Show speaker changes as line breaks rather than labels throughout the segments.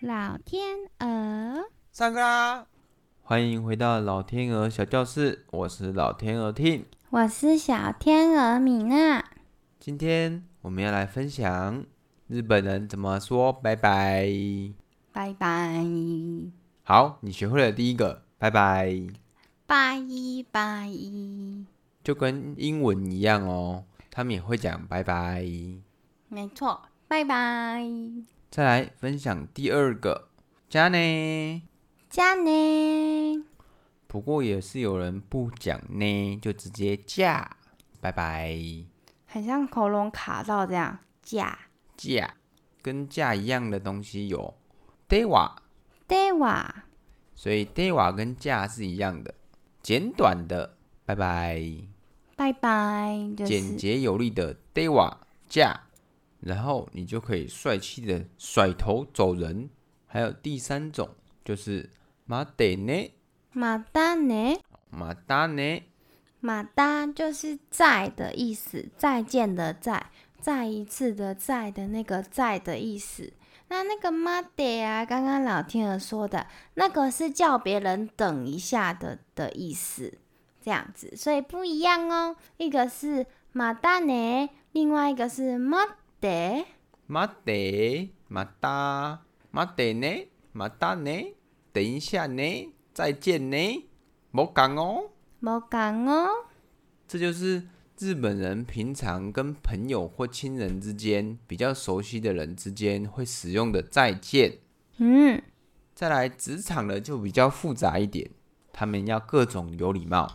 老天鹅，
上课啦！
欢迎回到老天鹅小教室，我是老天鹅 Tim。
我是小天鹅米娜。
今天我们要来分享日本人怎么说拜拜。
拜拜，
好，你学会了第一个拜拜，
拜一拜一，
就跟英文一样哦，他们也会讲拜拜。
没错，拜拜。
再来分享第二个，加呢。
加呢？
不过也是有人不讲呢，就直接嫁，拜拜。
很像喉咙卡到这样。假
嫁跟嫁一样的东西有 dewa，
对哇，
所以 dewa 跟嫁是一样的，简短的拜拜，
拜拜，就
简
是
洁有力的 dewa 嫁，然后你就可以帅气的甩头走人。还有第三种就是马得呢，
马达呢？
马达呢，
马达就是再的意思，再见的再，再一次的再的那个再的意思。那那个马得啊，刚刚老天鹅说的那个是叫别人等一下的的意思，这样子，所以不一样哦。一个是马达呢，另外一个是马得。
马得马达马得呢，马达呢，等一下呢，再见呢，莫讲哦。
冇讲哦，
这就是日本人平常跟朋友或亲人之间比较熟悉的人之间会使用的再见。
嗯，
再来，职场的就比较复杂一点，他们要各种有礼貌。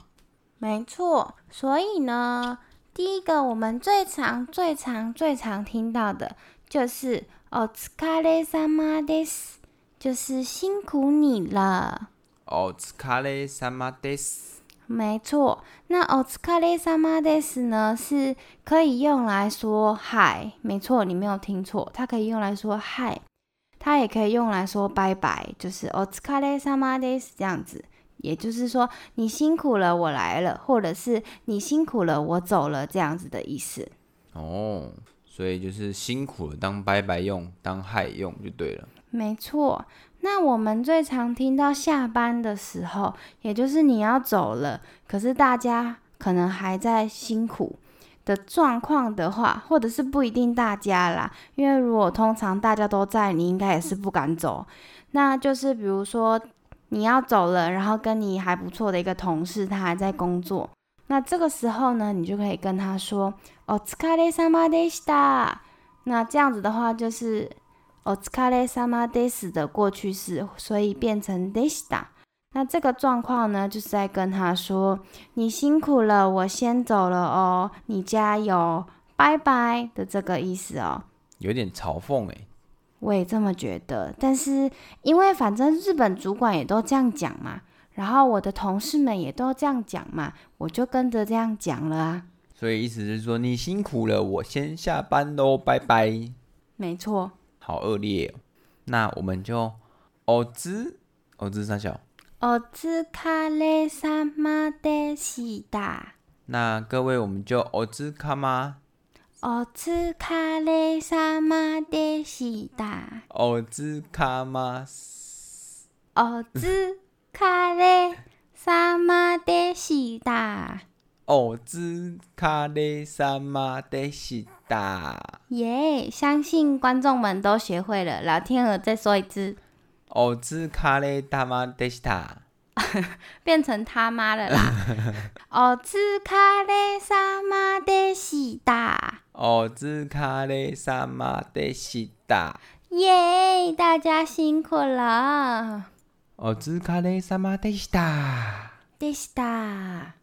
没错，所以呢，第一个我们最常、最常、最常听到的就是“哦，疲れ様です”，就是辛苦你了。
哦，疲れ様です。
没错，那“哦，疲れ様です”呢是可以用来说“嗨”，没错，你没有听错，它可以用来说“嗨”，它也可以用来说“拜拜”，就是“哦，疲れ様です”这样子。也就是说，你辛苦了，我来了，或者是你辛苦了，我走了，这样子的意思。
哦，所以就是辛苦了，当拜拜用，当嗨用就对了。
没错，那我们最常听到下班的时候，也就是你要走了，可是大家可能还在辛苦的状况的话，或者是不一定大家啦，因为如果通常大家都在，你应该也是不敢走。那就是比如说你要走了，然后跟你还不错的一个同事，他还在工作。那这个时候呢，你就可以跟他说“お疲れ様でした”。那这样子的话，就是お疲れ様です的过去式，所以变成でした。那这个状况呢，就是在跟他说：“你辛苦了，我先走了哦，你加油，拜拜”的这个意思哦。
有点嘲讽欸诶，
我也这么觉得，但是因为反正日本主管也都这样讲嘛，然后我的同事们也都这样讲嘛，我就跟着这样讲了啊。
所以意思是说你辛苦了，我先下班喽，拜拜。
没错，
好恶劣、哦。那我们就哦之哦之三小。
お疲れ様でした。
那各位我们就哦之卡吗？
お疲れ様でした。
哦之卡吗？
お疲れ様でした。
哦之卡雷萨玛德西达。
耶、相信观众们都学会了。老天鹅再说一次，
哦之卡雷达玛德西达。
变成他妈了啦。お疲れ様でした。
哦之卡雷萨玛德西达。
耶、大家辛苦了。
哦之卡雷萨玛德西达。
でした。